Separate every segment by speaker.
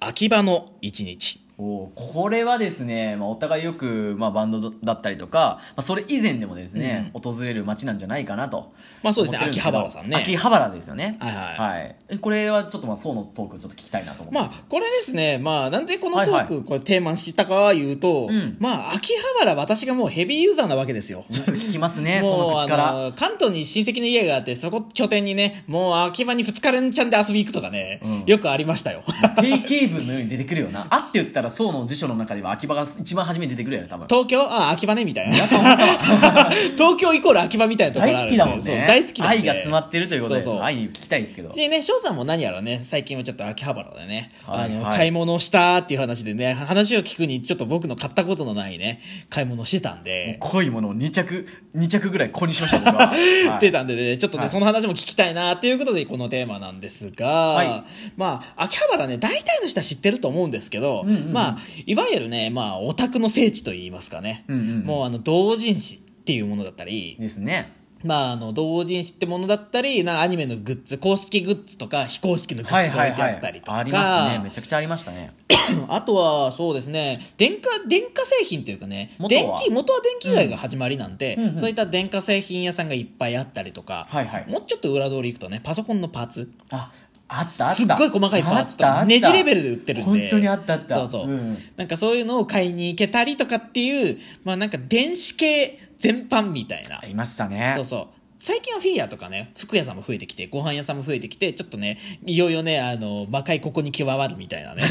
Speaker 1: 秋葉の一日。
Speaker 2: おーこれはですね、まあ、お互いよく、まあ、バンドだったりとか、まあ、それ以前でもですね、訪れる街なんじゃないかなと
Speaker 1: まあそうですね、
Speaker 2: 思っ
Speaker 1: 秋
Speaker 2: てる
Speaker 1: 葉
Speaker 2: けど
Speaker 1: 原さんね。
Speaker 2: 秋葉原ですよね
Speaker 1: はいはい
Speaker 2: はいえこれはちょっとまあそうのトークをちょっと聞きたいなと思って、
Speaker 1: まあ、これですね、まあ、なんでこのトー
Speaker 2: はいは
Speaker 1: ク、これテーマにしたかは言うと、
Speaker 2: うん
Speaker 1: まあ、秋葉原、私がもうヘビーユーザーなわけですよ。
Speaker 2: 聞きますねそ
Speaker 1: もう
Speaker 2: の口から
Speaker 1: あの関東に親戚の家があってそこ拠点にねもう秋葉に2日連チャンで遊び行くとかね、
Speaker 2: うん
Speaker 1: よくありましたよ
Speaker 2: 定型文のように出てくるよな「あ」って言ったら宋の辞書の中では秋葉が一番初めに出てくるよね多分
Speaker 1: 東京あ秋葉ねみたいな 東京イコール秋葉みたいなところあ
Speaker 2: 大
Speaker 1: るで
Speaker 2: 好きだもん
Speaker 1: そう
Speaker 2: ね
Speaker 1: 大好きなんで
Speaker 2: 愛が詰まってるということです
Speaker 1: そうそう
Speaker 2: 愛に聞きたいですけど
Speaker 1: でね、翔さんも何やらね、最近はちょっと秋葉原でね、
Speaker 2: はい
Speaker 1: あの、
Speaker 2: はい
Speaker 1: 買い物をしたっていう話でね、話を聞くに、ちょっと僕の買ったことのないね、買い物をしてたんで、
Speaker 2: 濃いものを2着2着ぐらいここにしました 僕は、はい
Speaker 1: 出たんでね、ちょっとね、
Speaker 2: はい
Speaker 1: その話も聞きたいなっていうことで、このテーマなんですが、
Speaker 2: い
Speaker 1: まあ、秋葉原ね、大体の人は知ってると思うんですけど、
Speaker 2: うんうんうん
Speaker 1: まあ、いわゆるね、まあ、オタクの聖地といいますかね、
Speaker 2: うんうんうん
Speaker 1: もうあの、同人誌っていうものだったり、
Speaker 2: ですね
Speaker 1: まあ、あの、同人誌ってものだったり、なんかアニメのグッズ、公式グッズとか、非公式のグッズが置いてあったりとか、
Speaker 2: ありますねめちゃくちゃありましたね
Speaker 1: あとは、そうですね、電化、電化製品というかね、
Speaker 2: 元
Speaker 1: 電
Speaker 2: は
Speaker 1: 気、元は電気街が始まりなんで、
Speaker 2: うんうんうん
Speaker 1: そういった電化製品屋さんがいっぱいあったりとか、
Speaker 2: はいはい
Speaker 1: もうちょっと裏通り行くとね、パソコンのパーツ、
Speaker 2: ああったあった
Speaker 1: すっごい細かいパーツと
Speaker 2: あっ
Speaker 1: か、
Speaker 2: たあった
Speaker 1: ネジレベルで売ってるんで、
Speaker 2: 本当にあったあった
Speaker 1: そうそう、
Speaker 2: ん
Speaker 1: なんかそういうのを買いに行けたりとかっていう、まあなんか電子系全般みたいな
Speaker 2: あ、りましたね
Speaker 1: そうそう。最近はフィギュアとかね、服屋さんも増えてきて、ご飯屋さんも増えてきて、ちょっとね、いよいよね、あの、魔界ここに極まるみたいなね。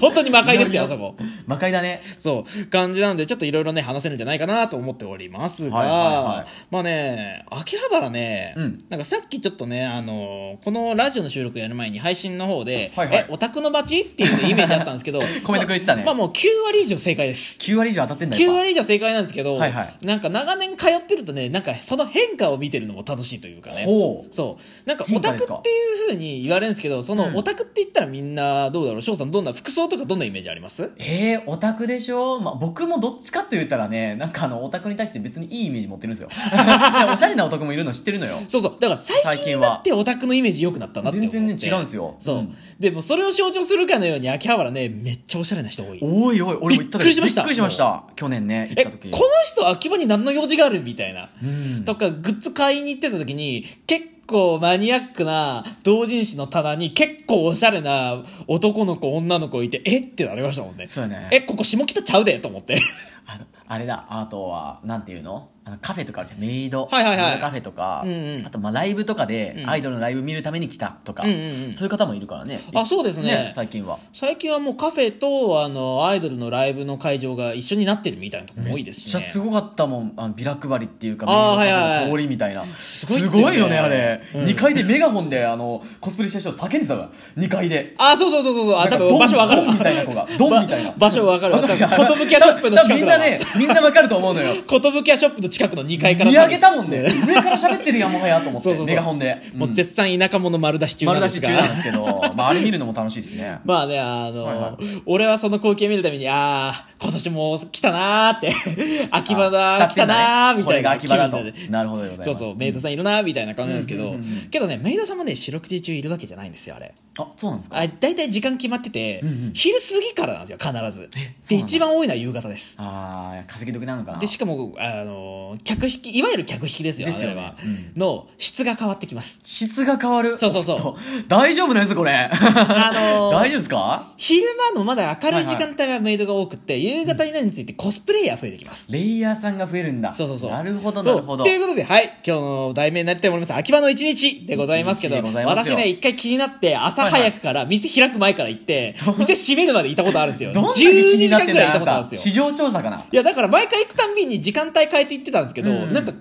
Speaker 1: 本当に魔界ですよ、あそこ。
Speaker 2: 魔界だね
Speaker 1: そう、感じなので、ちょっといろいろね、話せるんじゃないかなと思っておりますが、
Speaker 2: はいはいはい
Speaker 1: まあね、秋葉原ね、
Speaker 2: うん
Speaker 1: なんかさっきちょっとね、あのこのラジオの収録やる前に配信の方で、
Speaker 2: はいはい
Speaker 1: え、オタクの街っていう、ね、イメージあったんですけど、
Speaker 2: コメントくれてたね
Speaker 1: まあもう9割以上正解です。
Speaker 2: 9割以上当たってんだ
Speaker 1: 9
Speaker 2: よ
Speaker 1: 割以上正解なんですけど、
Speaker 2: はいはい
Speaker 1: なんか長年通ってるとね、なんかその変化を見てるのも楽しいというかね。
Speaker 2: ほう
Speaker 1: そう。なんかオ
Speaker 2: 変
Speaker 1: タ
Speaker 2: 化
Speaker 1: ク
Speaker 2: で
Speaker 1: っ
Speaker 2: す
Speaker 1: て
Speaker 2: か
Speaker 1: いうふうに言われるんですけど、そ
Speaker 2: うん
Speaker 1: のオタクって言ったらみんなどうだろう翔さんどんな服装とかどんなイメージあります
Speaker 2: えー、オタクでしょ、まあ、僕もどっちかと言ったらねなんかあのオタクに対して別にいいイメージ持ってるんですよ いやおしゃれなオタクもいるの知ってるのよ
Speaker 1: そうそう。だから最近になってオタクのイメージ良くなったなって思っ
Speaker 2: 全
Speaker 1: て。
Speaker 2: 然ね違うんですよ
Speaker 1: そう。
Speaker 2: ん
Speaker 1: でもそれを象徴するかのように秋葉原ね、めっちゃおしゃれな人多い。
Speaker 2: おいおい俺も行った時
Speaker 1: びっくりしました
Speaker 2: びっくりしました去年ね行っ
Speaker 1: え、
Speaker 2: た
Speaker 1: こ
Speaker 2: 時
Speaker 1: の人秋葉に何の用事があるみたいな。
Speaker 2: うん
Speaker 1: とか、グッズ買いに行ってた時に、結構マニアックな同人誌の棚に結構おしゃれな男の子、女の子いて、えってなりましたもんね。
Speaker 2: そうやね
Speaker 1: え、ここ下北ちゃうでと思って。
Speaker 2: あのあれだあとはなんていうのあのカフェとかあるじゃんメイド、
Speaker 1: はいはいはい
Speaker 2: メイドカフェとか、
Speaker 1: うんうん
Speaker 2: あとまあライブとかで
Speaker 1: うん
Speaker 2: アイドルのライブ見るために来たとか、
Speaker 1: うんうんうん
Speaker 2: そういう方もいるからね
Speaker 1: あそうですね
Speaker 2: 最近は
Speaker 1: 最近はもうカフェと、あの、アイドルのライブの会場が一緒になってるみたいなとこも多いですし
Speaker 2: めっちゃす
Speaker 1: ね。
Speaker 2: ごかったもんあのビラ配りっていうかメイド
Speaker 1: あー
Speaker 2: カフ
Speaker 1: はいはい
Speaker 2: ェ
Speaker 1: はい
Speaker 2: の通りみたいな
Speaker 1: す
Speaker 2: す
Speaker 1: ごいっすよね
Speaker 2: ごいよねあれ、
Speaker 1: うん
Speaker 2: 2階でメガホンであのコスプレした人叫んでたから2階で
Speaker 1: あ、そうそうそうそうそう。あ、
Speaker 2: なん
Speaker 1: 多
Speaker 2: か
Speaker 1: 分場所わかる
Speaker 2: ドンみたいな 子がドンみたいな
Speaker 1: ば場所わかるわ。多分、
Speaker 2: わか
Speaker 1: ことぶきやショップの
Speaker 2: 多分
Speaker 1: 近
Speaker 2: み
Speaker 1: く
Speaker 2: ん
Speaker 1: だ
Speaker 2: な
Speaker 1: わ
Speaker 2: ね。みんなわかると思うのよ
Speaker 1: ことぶきやショップの近くの2階から。
Speaker 2: 見上げたもんね上から喋ってるやんもはやと思って
Speaker 1: そうそうそう
Speaker 2: メガホンで
Speaker 1: もう絶賛田舎者丸出し中な
Speaker 2: 丸
Speaker 1: んで
Speaker 2: 出
Speaker 1: す
Speaker 2: し
Speaker 1: が。
Speaker 2: 中なんですけど、まあ、あれ見るのも楽しいですね。
Speaker 1: まあね、あの、
Speaker 2: はいは
Speaker 1: 俺はその光景見るために、ああ、今年も来たなーって、 秋葉だ、
Speaker 2: あ
Speaker 1: 来たなー、み
Speaker 2: こ
Speaker 1: た
Speaker 2: れ
Speaker 1: い
Speaker 2: が
Speaker 1: な
Speaker 2: 秋葉だと
Speaker 1: 気分で。
Speaker 2: なるほどでございま
Speaker 1: そう
Speaker 2: す。
Speaker 1: そう、メイドさんいるなーみたいな感じなんですけど
Speaker 2: うんうんうんうん、
Speaker 1: けどね、メイドさんもね、四六時中いるわけじゃないんですよ、あれ。
Speaker 2: あ、そうなんですか
Speaker 1: あ大体時間決まってて、
Speaker 2: うんうん
Speaker 1: 昼過ぎからなんですよ、必ず。
Speaker 2: そ
Speaker 1: で、
Speaker 2: うなんだ
Speaker 1: 一番多いのは夕方です。
Speaker 2: ああ、稼ぎ時なのかな
Speaker 1: で、しかも、あの、客引き、いわゆる客引きですよ、
Speaker 2: ですよね
Speaker 1: あれは。
Speaker 2: うん
Speaker 1: の質が変わってきます。
Speaker 2: 質が変わる。
Speaker 1: そうそうそう
Speaker 2: おっと。大丈夫なんですこれ。
Speaker 1: あのー
Speaker 2: 大丈夫ですか
Speaker 1: 昼間のまだ明るい時間帯はメイドが多くって、夕方になるについてコスプレイヤー増えてきます。
Speaker 2: レイヤーさんが増えるんだ。
Speaker 1: そうそうそう。
Speaker 2: なるほど、なるほ
Speaker 1: そう
Speaker 2: ど。
Speaker 1: ということで、はい、今日の題名になっております、秋葉の一日でございますけど、
Speaker 2: 一日でございます
Speaker 1: 私
Speaker 2: よ
Speaker 1: ね、一回気になって、朝
Speaker 2: はいは
Speaker 1: 早
Speaker 2: い
Speaker 1: くから、店開く前から行って、店閉めるまで行ったことあるんですよ。
Speaker 2: どんだ
Speaker 1: 12
Speaker 2: け気
Speaker 1: 時
Speaker 2: になっ
Speaker 1: 間
Speaker 2: て
Speaker 1: く
Speaker 2: んだ
Speaker 1: らい
Speaker 2: よ
Speaker 1: 行った
Speaker 2: あな
Speaker 1: ことあるん
Speaker 2: た
Speaker 1: ですよ。
Speaker 2: 市場調査かない
Speaker 1: や、だから毎回行くたんびに時間帯変えて行ってたんですけど、
Speaker 2: うん
Speaker 1: なんか、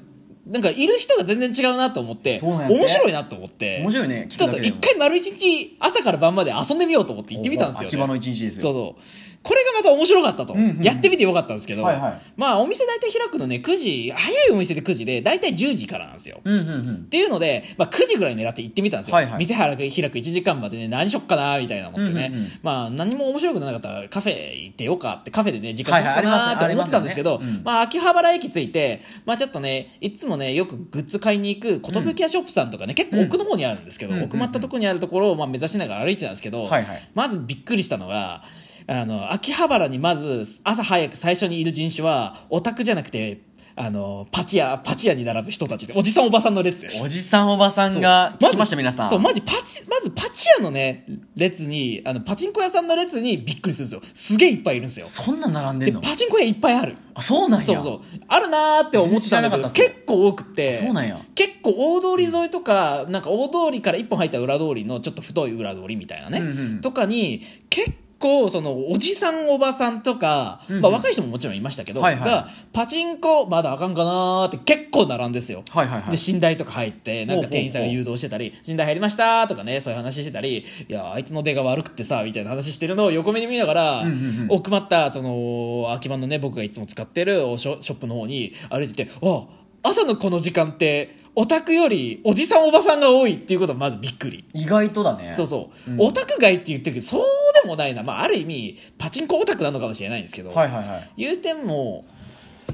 Speaker 1: なんかいる人が全然違うなと思って、
Speaker 2: そうなんだね
Speaker 1: 面白いなと思って、
Speaker 2: 面白いね。聞く
Speaker 1: ちょっ
Speaker 2: だ
Speaker 1: と
Speaker 2: けで
Speaker 1: 一
Speaker 2: も
Speaker 1: 回丸一日、朝から晩まで遊んでみようと思って行ってみたんですよ、ね。
Speaker 2: 秋葉の一日ですよ。
Speaker 1: そうそう。これがまた面白かったと。
Speaker 2: うんうん
Speaker 1: やってみてよかったんですけど、
Speaker 2: はいはい
Speaker 1: まあお店大体開くのね、9時、早いお店で9時で、大体10時からなんですよ。っ
Speaker 2: うんうんうん。
Speaker 1: ていうので、まあ9時ぐらい狙って行ってみたんですよ。
Speaker 2: はいはい
Speaker 1: 店開く開く1時間までね、何しよっかなみたいな思ってね、
Speaker 2: うんうんうん
Speaker 1: まあ何も面白くなかったらカフェ行ってよかって、カフェでね、時間
Speaker 2: はい
Speaker 1: 潰
Speaker 2: は
Speaker 1: す
Speaker 2: い
Speaker 1: かなって
Speaker 2: あり
Speaker 1: 思
Speaker 2: ま
Speaker 1: って
Speaker 2: す
Speaker 1: たんですけど、
Speaker 2: ありますよねうん
Speaker 1: まあ秋葉原駅着いて、まあちょっとね、いつもねよくグッズ買いに行く寿屋ショップさんとかね、結構奥の方にあるんですけど、
Speaker 2: うん
Speaker 1: 奥まったところにあるところをまあ目指しながら歩いてたんですけど、
Speaker 2: はいはい
Speaker 1: まずびっくりしたのがあの秋葉原にまず朝早く最初にいる人種はオタクじゃなくてあのパチ屋パチ屋に並ぶ人たちでおじさんおばさんの列です。
Speaker 2: おじさんおばさんが
Speaker 1: そう
Speaker 2: 来ました皆さん
Speaker 1: そう、まじパチ、まずパチ屋のね、列に、あの、パチンコ屋さんの列にびっくりするんですよ。すげえいっぱいいるんですよ。
Speaker 2: そんなん並んで
Speaker 1: で、
Speaker 2: んの
Speaker 1: パチンコ屋いっぱいある。
Speaker 2: あそうなんや
Speaker 1: そうそう。あるなーって思ってたんだけど、
Speaker 2: 全然知らなかったっす
Speaker 1: 結構多くて。
Speaker 2: そうなんや
Speaker 1: 結構大通り沿いとか、なんか大通りから一本入った裏通りのちょっと太い裏通りみたいなね、
Speaker 2: うんうん
Speaker 1: とかに結構そのおじさんおばさんとか、
Speaker 2: うんうん
Speaker 1: まあ、若い人ももちろんいましたけど、
Speaker 2: はいはい
Speaker 1: がパチンコまだあかんかなーって結構並んですよ、
Speaker 2: はいはいはい
Speaker 1: で寝台とか入ってなんか店員さんが誘導してたり「寝台入りました」とかねそういう話してたり「いやあいつの出が悪くってさ」みたいな話してるのを横目に見ながら、
Speaker 2: うんうんうん
Speaker 1: 奥まったその空き場のね僕がいつも使ってるおショショップの方に歩いてて「あ朝のこの時間ってオタクよりおじさんおばさんが多い」っていうことがまずびっくり。
Speaker 2: 意外とだね
Speaker 1: そうそう、
Speaker 2: うん
Speaker 1: オタク街って言ってるけどそうでもないな、まあ、ある意味パチンコオタクなのかもしれないんですけど、
Speaker 2: はいはいはい
Speaker 1: 言うても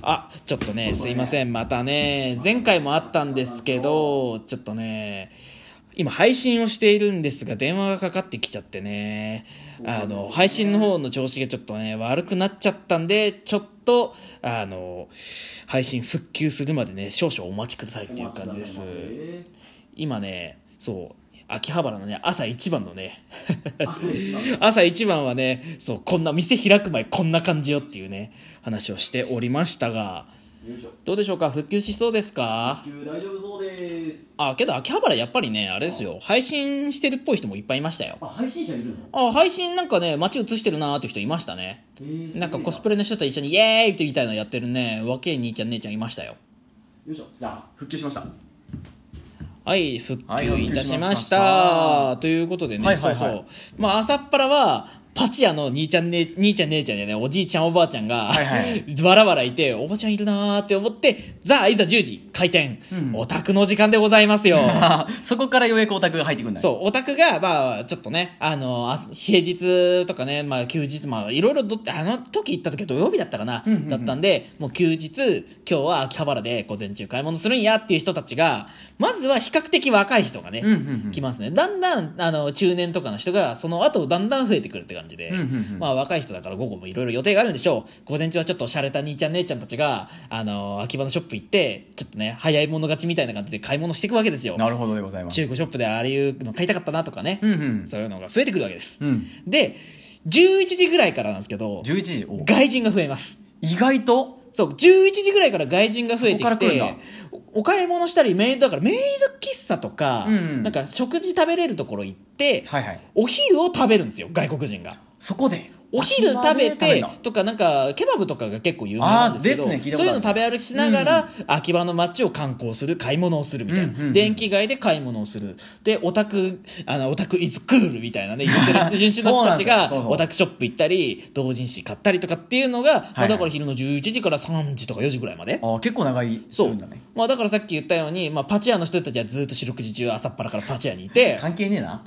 Speaker 1: あちょっとねすいませんまたね前回もあったんですけどちょっとね今配信をしているんですが電話がかかってきちゃってねあの配信の方の調子がちょっとね悪くなっちゃったんでちょっとあの配信復旧するまでね少々お待ちくださいっていう感じです今ねそう秋葉原のね朝一番のね朝一番はねそうこんな店開く前こんな感じよっていうね話をしておりましたがどうでしょうか復旧しそうですか
Speaker 3: 大丈夫そうです
Speaker 1: あけど秋葉原やっぱりねあれですよ配信してるっぽい人もいっぱいいましたよ
Speaker 3: あ配信者いるの
Speaker 1: あ配信なんかね街映してるなーって人いましたね
Speaker 3: えー
Speaker 1: なんかコス
Speaker 3: す
Speaker 1: プレの人と一緒にイエーイってみたいなのやってるね若い兄ちゃん姉ちゃんいましたよ
Speaker 3: げえなよいしょじゃあ復旧しました
Speaker 1: はい、復
Speaker 2: はい
Speaker 1: 旧いたしました。
Speaker 2: 復旧しま
Speaker 1: ということでね、
Speaker 2: はいはいはい
Speaker 1: そうそう。まあ、朝っぱらは、パチ屋の兄ちゃん、ね、兄ちゃん姉ちゃんやね、おじいちゃんおばあちゃんが、
Speaker 2: はい はい
Speaker 1: わらわらいて、おばちゃんいるなーって思って、ザあ、いざ10時、開店、オタクの時間でござい ますよ。
Speaker 2: そこからようやくオタクが入ってくるんだね
Speaker 1: そう、オタクが、まあ、ちょっとね、あの、あ平日とかね、まあ、休日、まあ、いろいろど、あの時行った時は土曜日だったかな、
Speaker 2: うんうんうん
Speaker 1: だったんで、もう休日、今日は秋葉原で午前中買い物するんやっていう人たちが、まずは比較的若い人がね、
Speaker 2: うんうんうん
Speaker 1: 来ますね。だんだん、あの、中年とかの人が、その後、だんだん増えてくるって感じで、
Speaker 2: うんうんうん
Speaker 1: まあ、若い人だから午後もいろいろ予定があるんでしょう。午前中はちょっと洒落た兄ちゃん姉ちゃんたちが、あの、秋葉のショップ行って、ちょっとね、早い者勝ちみたいな感じで買い物していくわけですよ。
Speaker 2: なるほどでございます
Speaker 1: 中古ショップであれいうの買いたかったなとかね、
Speaker 2: うんうん
Speaker 1: そういうのが増えてくるわけです、
Speaker 2: うん
Speaker 1: で11時ぐらいからなんですけど
Speaker 2: 11時お
Speaker 1: 外人が増えます
Speaker 2: 意外と
Speaker 1: そう11時ぐらいから外人が増えて
Speaker 2: そこか
Speaker 1: き
Speaker 2: ら来るん
Speaker 1: て
Speaker 2: だ
Speaker 1: おお買い物したりメイドだからメイド喫茶とか、
Speaker 2: うんうん
Speaker 1: なんか食事食べれるところ行って、
Speaker 2: はいはい
Speaker 1: お昼を食べるんですよ外国人が。
Speaker 2: そこで
Speaker 1: お昼食べ
Speaker 2: 秋葉で
Speaker 1: て
Speaker 2: 食べんだ
Speaker 1: とかなんかケバブとかが結構有名なんですけど
Speaker 2: あーですね聞いた
Speaker 1: そ
Speaker 2: こ
Speaker 1: う
Speaker 2: と
Speaker 1: い
Speaker 2: あ
Speaker 1: うの食
Speaker 2: る
Speaker 1: べ歩きしながら秋葉の街を観光する買い物をするみたいな、
Speaker 2: うんうんうん
Speaker 1: 電気街で買い物をするでオタクあのオタクイズクールみたいなね 言ってる人人種の人たちが
Speaker 2: そうなんですよそうそう
Speaker 1: オタクショップ行ったり同人誌買ったりとかっていうのが、ま
Speaker 2: は
Speaker 1: あ、
Speaker 2: い
Speaker 1: だから昼の11時から3時とか4時ぐらいまで。
Speaker 2: あー結構長い
Speaker 1: そ
Speaker 2: そうだね
Speaker 1: まあ、だからさっき言ったように、まあ、パチ屋の人たちはずっと四六時中朝っぱらからパチ屋にいて
Speaker 2: 関係ねえ な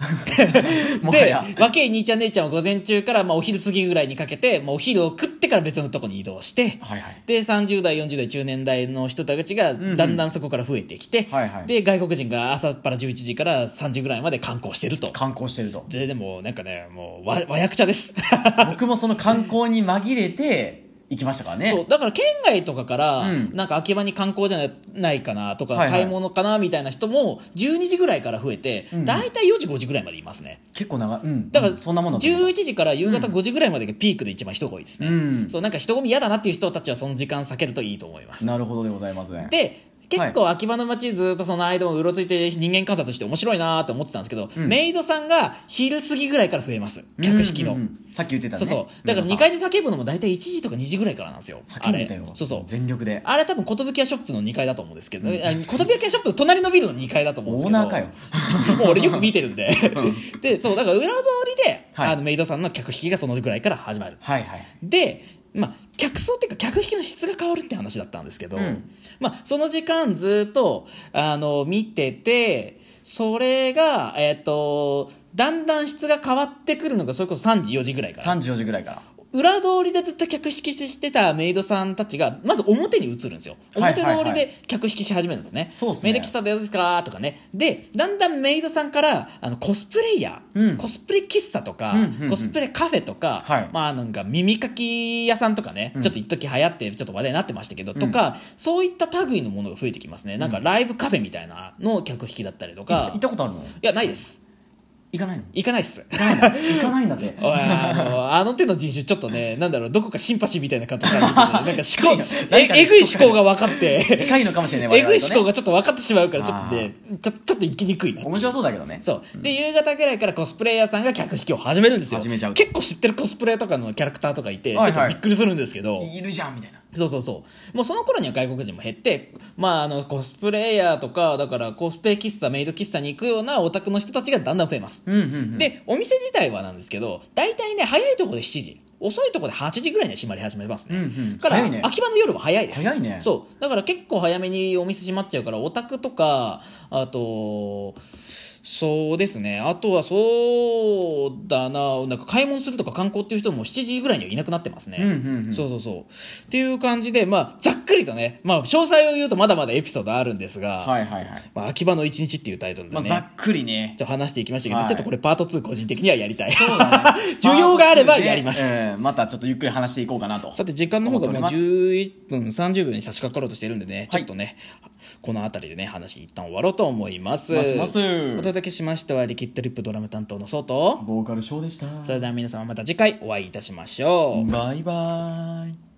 Speaker 2: もは
Speaker 1: で
Speaker 2: や、
Speaker 1: 若い兄ちゃん姉ちゃんは午前中から、まあ、お昼過ぎぐらいにかけて、まあ、お昼を食ってから別のとこに移動して、
Speaker 2: はいはい
Speaker 1: で、30代、40代、中年代の人たちが、
Speaker 2: んうん
Speaker 1: だんだんそこから増えてきて、
Speaker 2: はいはい
Speaker 1: で、外国人が朝っぱら11時から3時ぐらいまで観光してると。
Speaker 2: 観光してる と
Speaker 1: で、でも、なんかね、もう、わ、和訳者です。
Speaker 2: 僕もその観光に紛れて行きましたからね
Speaker 1: そう、だから県外とかから、
Speaker 2: うん
Speaker 1: なんか秋葉に観光じゃないないかなとか、
Speaker 2: はいはい
Speaker 1: 買い物かなみたいな人も、12時ぐらいから増えて、
Speaker 2: うんうん
Speaker 1: だいたい4時、5時ぐらいまでいますね。
Speaker 2: 結構長いうん
Speaker 1: だから、
Speaker 2: うんそんなものだと思う
Speaker 1: 11時から夕方5時ぐらいまでがピークで一番人が多いですね、
Speaker 2: うん
Speaker 1: そうなんか人混み嫌だなっていう人たちはその時間避けるといいと思います
Speaker 2: なるほどでございますね
Speaker 1: で結構秋葉の街ずっとその間をうろついて人間観察して面白いなーって思ってたんですけど、
Speaker 2: うん
Speaker 1: メイドさんが昼過ぎぐらいから増えます客引きの、
Speaker 2: うんうんうんさっき言ってたね
Speaker 1: そうそうだから2階で叫ぶのも大体1時とか2時ぐらいからなんですよあ
Speaker 2: 叫んでた
Speaker 1: れ
Speaker 2: よ
Speaker 1: そうそう
Speaker 2: 全力で
Speaker 1: あれ多分寿屋ショップの2階だと思うんですけど、あ寿屋ショップの隣のビルの2階だと思うんですけど
Speaker 2: オーナーかよ
Speaker 1: もう俺よく見てるんで、 でそうだから裏通りで、
Speaker 2: はい
Speaker 1: あのメイドさんの客引きがそのぐらいから始まる
Speaker 2: はいはい
Speaker 1: で、まあ、客層っていうか客引きの質が変わるって話だったんですけど、
Speaker 2: うん
Speaker 1: まあ、その時間ずっとあの見ててそれが、えっとだんだん質が変わってくるのがそれこそ3時4時ぐらいから
Speaker 2: 34時ぐらいから
Speaker 1: 裏通りでずっと客引きしてたメイドさんたちが、まず表に移るんですよ。
Speaker 2: はい
Speaker 1: 表通りで客引きし始めるんですね。
Speaker 2: そうっすね
Speaker 1: メイド喫茶ですかとかね。で、だんだんメイドさんから、あの、コスプレイヤー、
Speaker 2: うん
Speaker 1: コスプレ喫茶とか、
Speaker 2: うんうんうん
Speaker 1: コスプレカフェとか、
Speaker 2: はい
Speaker 1: まあなんか耳かき屋さんとかね、
Speaker 2: うん
Speaker 1: ちょっと一時流行って、ちょっと話題になってましたけど、とか、そういった類のものが増えてきますね。なんかライブカフェみたいなの客引きだったりと
Speaker 2: 行
Speaker 1: か、
Speaker 2: ったことあるの
Speaker 1: いや、ないです。
Speaker 2: 行かないの
Speaker 1: 行かないっす。
Speaker 2: 行かないの行かないんだって
Speaker 1: おいあのあの手の人種ちょっとねなんだろうどこかシンパシーみたいな感じでなん か思考え
Speaker 2: 何かに
Speaker 1: えぐい思考が分かって
Speaker 2: 近いのかもしれない
Speaker 1: えぐい思考
Speaker 2: が
Speaker 1: がちょっと分かってしまうからちょっとねちょちょっと行きにくいな
Speaker 2: 面白そうだけどね
Speaker 1: そうで夕方ぐらいからコスプレイヤーさんが客引きを始めるんですよ
Speaker 2: 始めちゃう
Speaker 1: 結構知ってるコスプレとかのキャラクターとかいてちょ
Speaker 2: はいはい
Speaker 1: っとびっくりするんですけど、
Speaker 2: いるじゃんみたいな
Speaker 1: そうそうそうもうその頃には外国人も減って、まあ、あのコスプレイヤーとかだからコスプレ喫茶メイド喫茶に行くようなオタクの人たちがだんだん増えます
Speaker 2: うんうんうん
Speaker 1: で、お店自体はなんですけど、大体ね、早いところで7時、遅いところで8時ぐらいには閉まり始めますね。
Speaker 2: うんうん
Speaker 1: だから、
Speaker 2: 早いね
Speaker 1: 秋葉の夜は早いです。
Speaker 2: 早いね
Speaker 1: そう。だから結構早めにお店閉まっちゃうから、オタクとか、あと、そうですね。あとは、そうだな、なんか買い物するとか観光っていう人も7時ぐらいにはいなくなってますね。
Speaker 2: うんうんうん
Speaker 1: そうそうそう。っていう感じで、まあ、ざっくりとね、まあ、詳細を言うとまだまだエピソードあるんですが、
Speaker 2: はいはいはい
Speaker 1: まあ、秋葉の一日っていうタイトルで
Speaker 2: まあ
Speaker 1: ね。
Speaker 2: ざっくりね
Speaker 1: ちょっと話していきましたけど、
Speaker 2: はい
Speaker 1: ちょっとこれパート2個人的にはやりたい。
Speaker 2: そうだ ね
Speaker 1: 需要があればやります
Speaker 2: パート2でうんまたちょっとゆっくり話していこうかなと
Speaker 1: さて、時間の方がもう
Speaker 2: 思ってお
Speaker 1: 11分30秒に差し掛かろうとしてるんでね、ち
Speaker 2: は
Speaker 1: ょ
Speaker 2: い
Speaker 1: っとね、この辺りでね、話一旦終わろうと思います。
Speaker 2: ますます
Speaker 1: お届けしましたは、リキッドリップドラム担当のソウと、
Speaker 2: ボーカルショーでした
Speaker 1: それでは皆様また次回お会いいたしましょう。
Speaker 2: バイバイ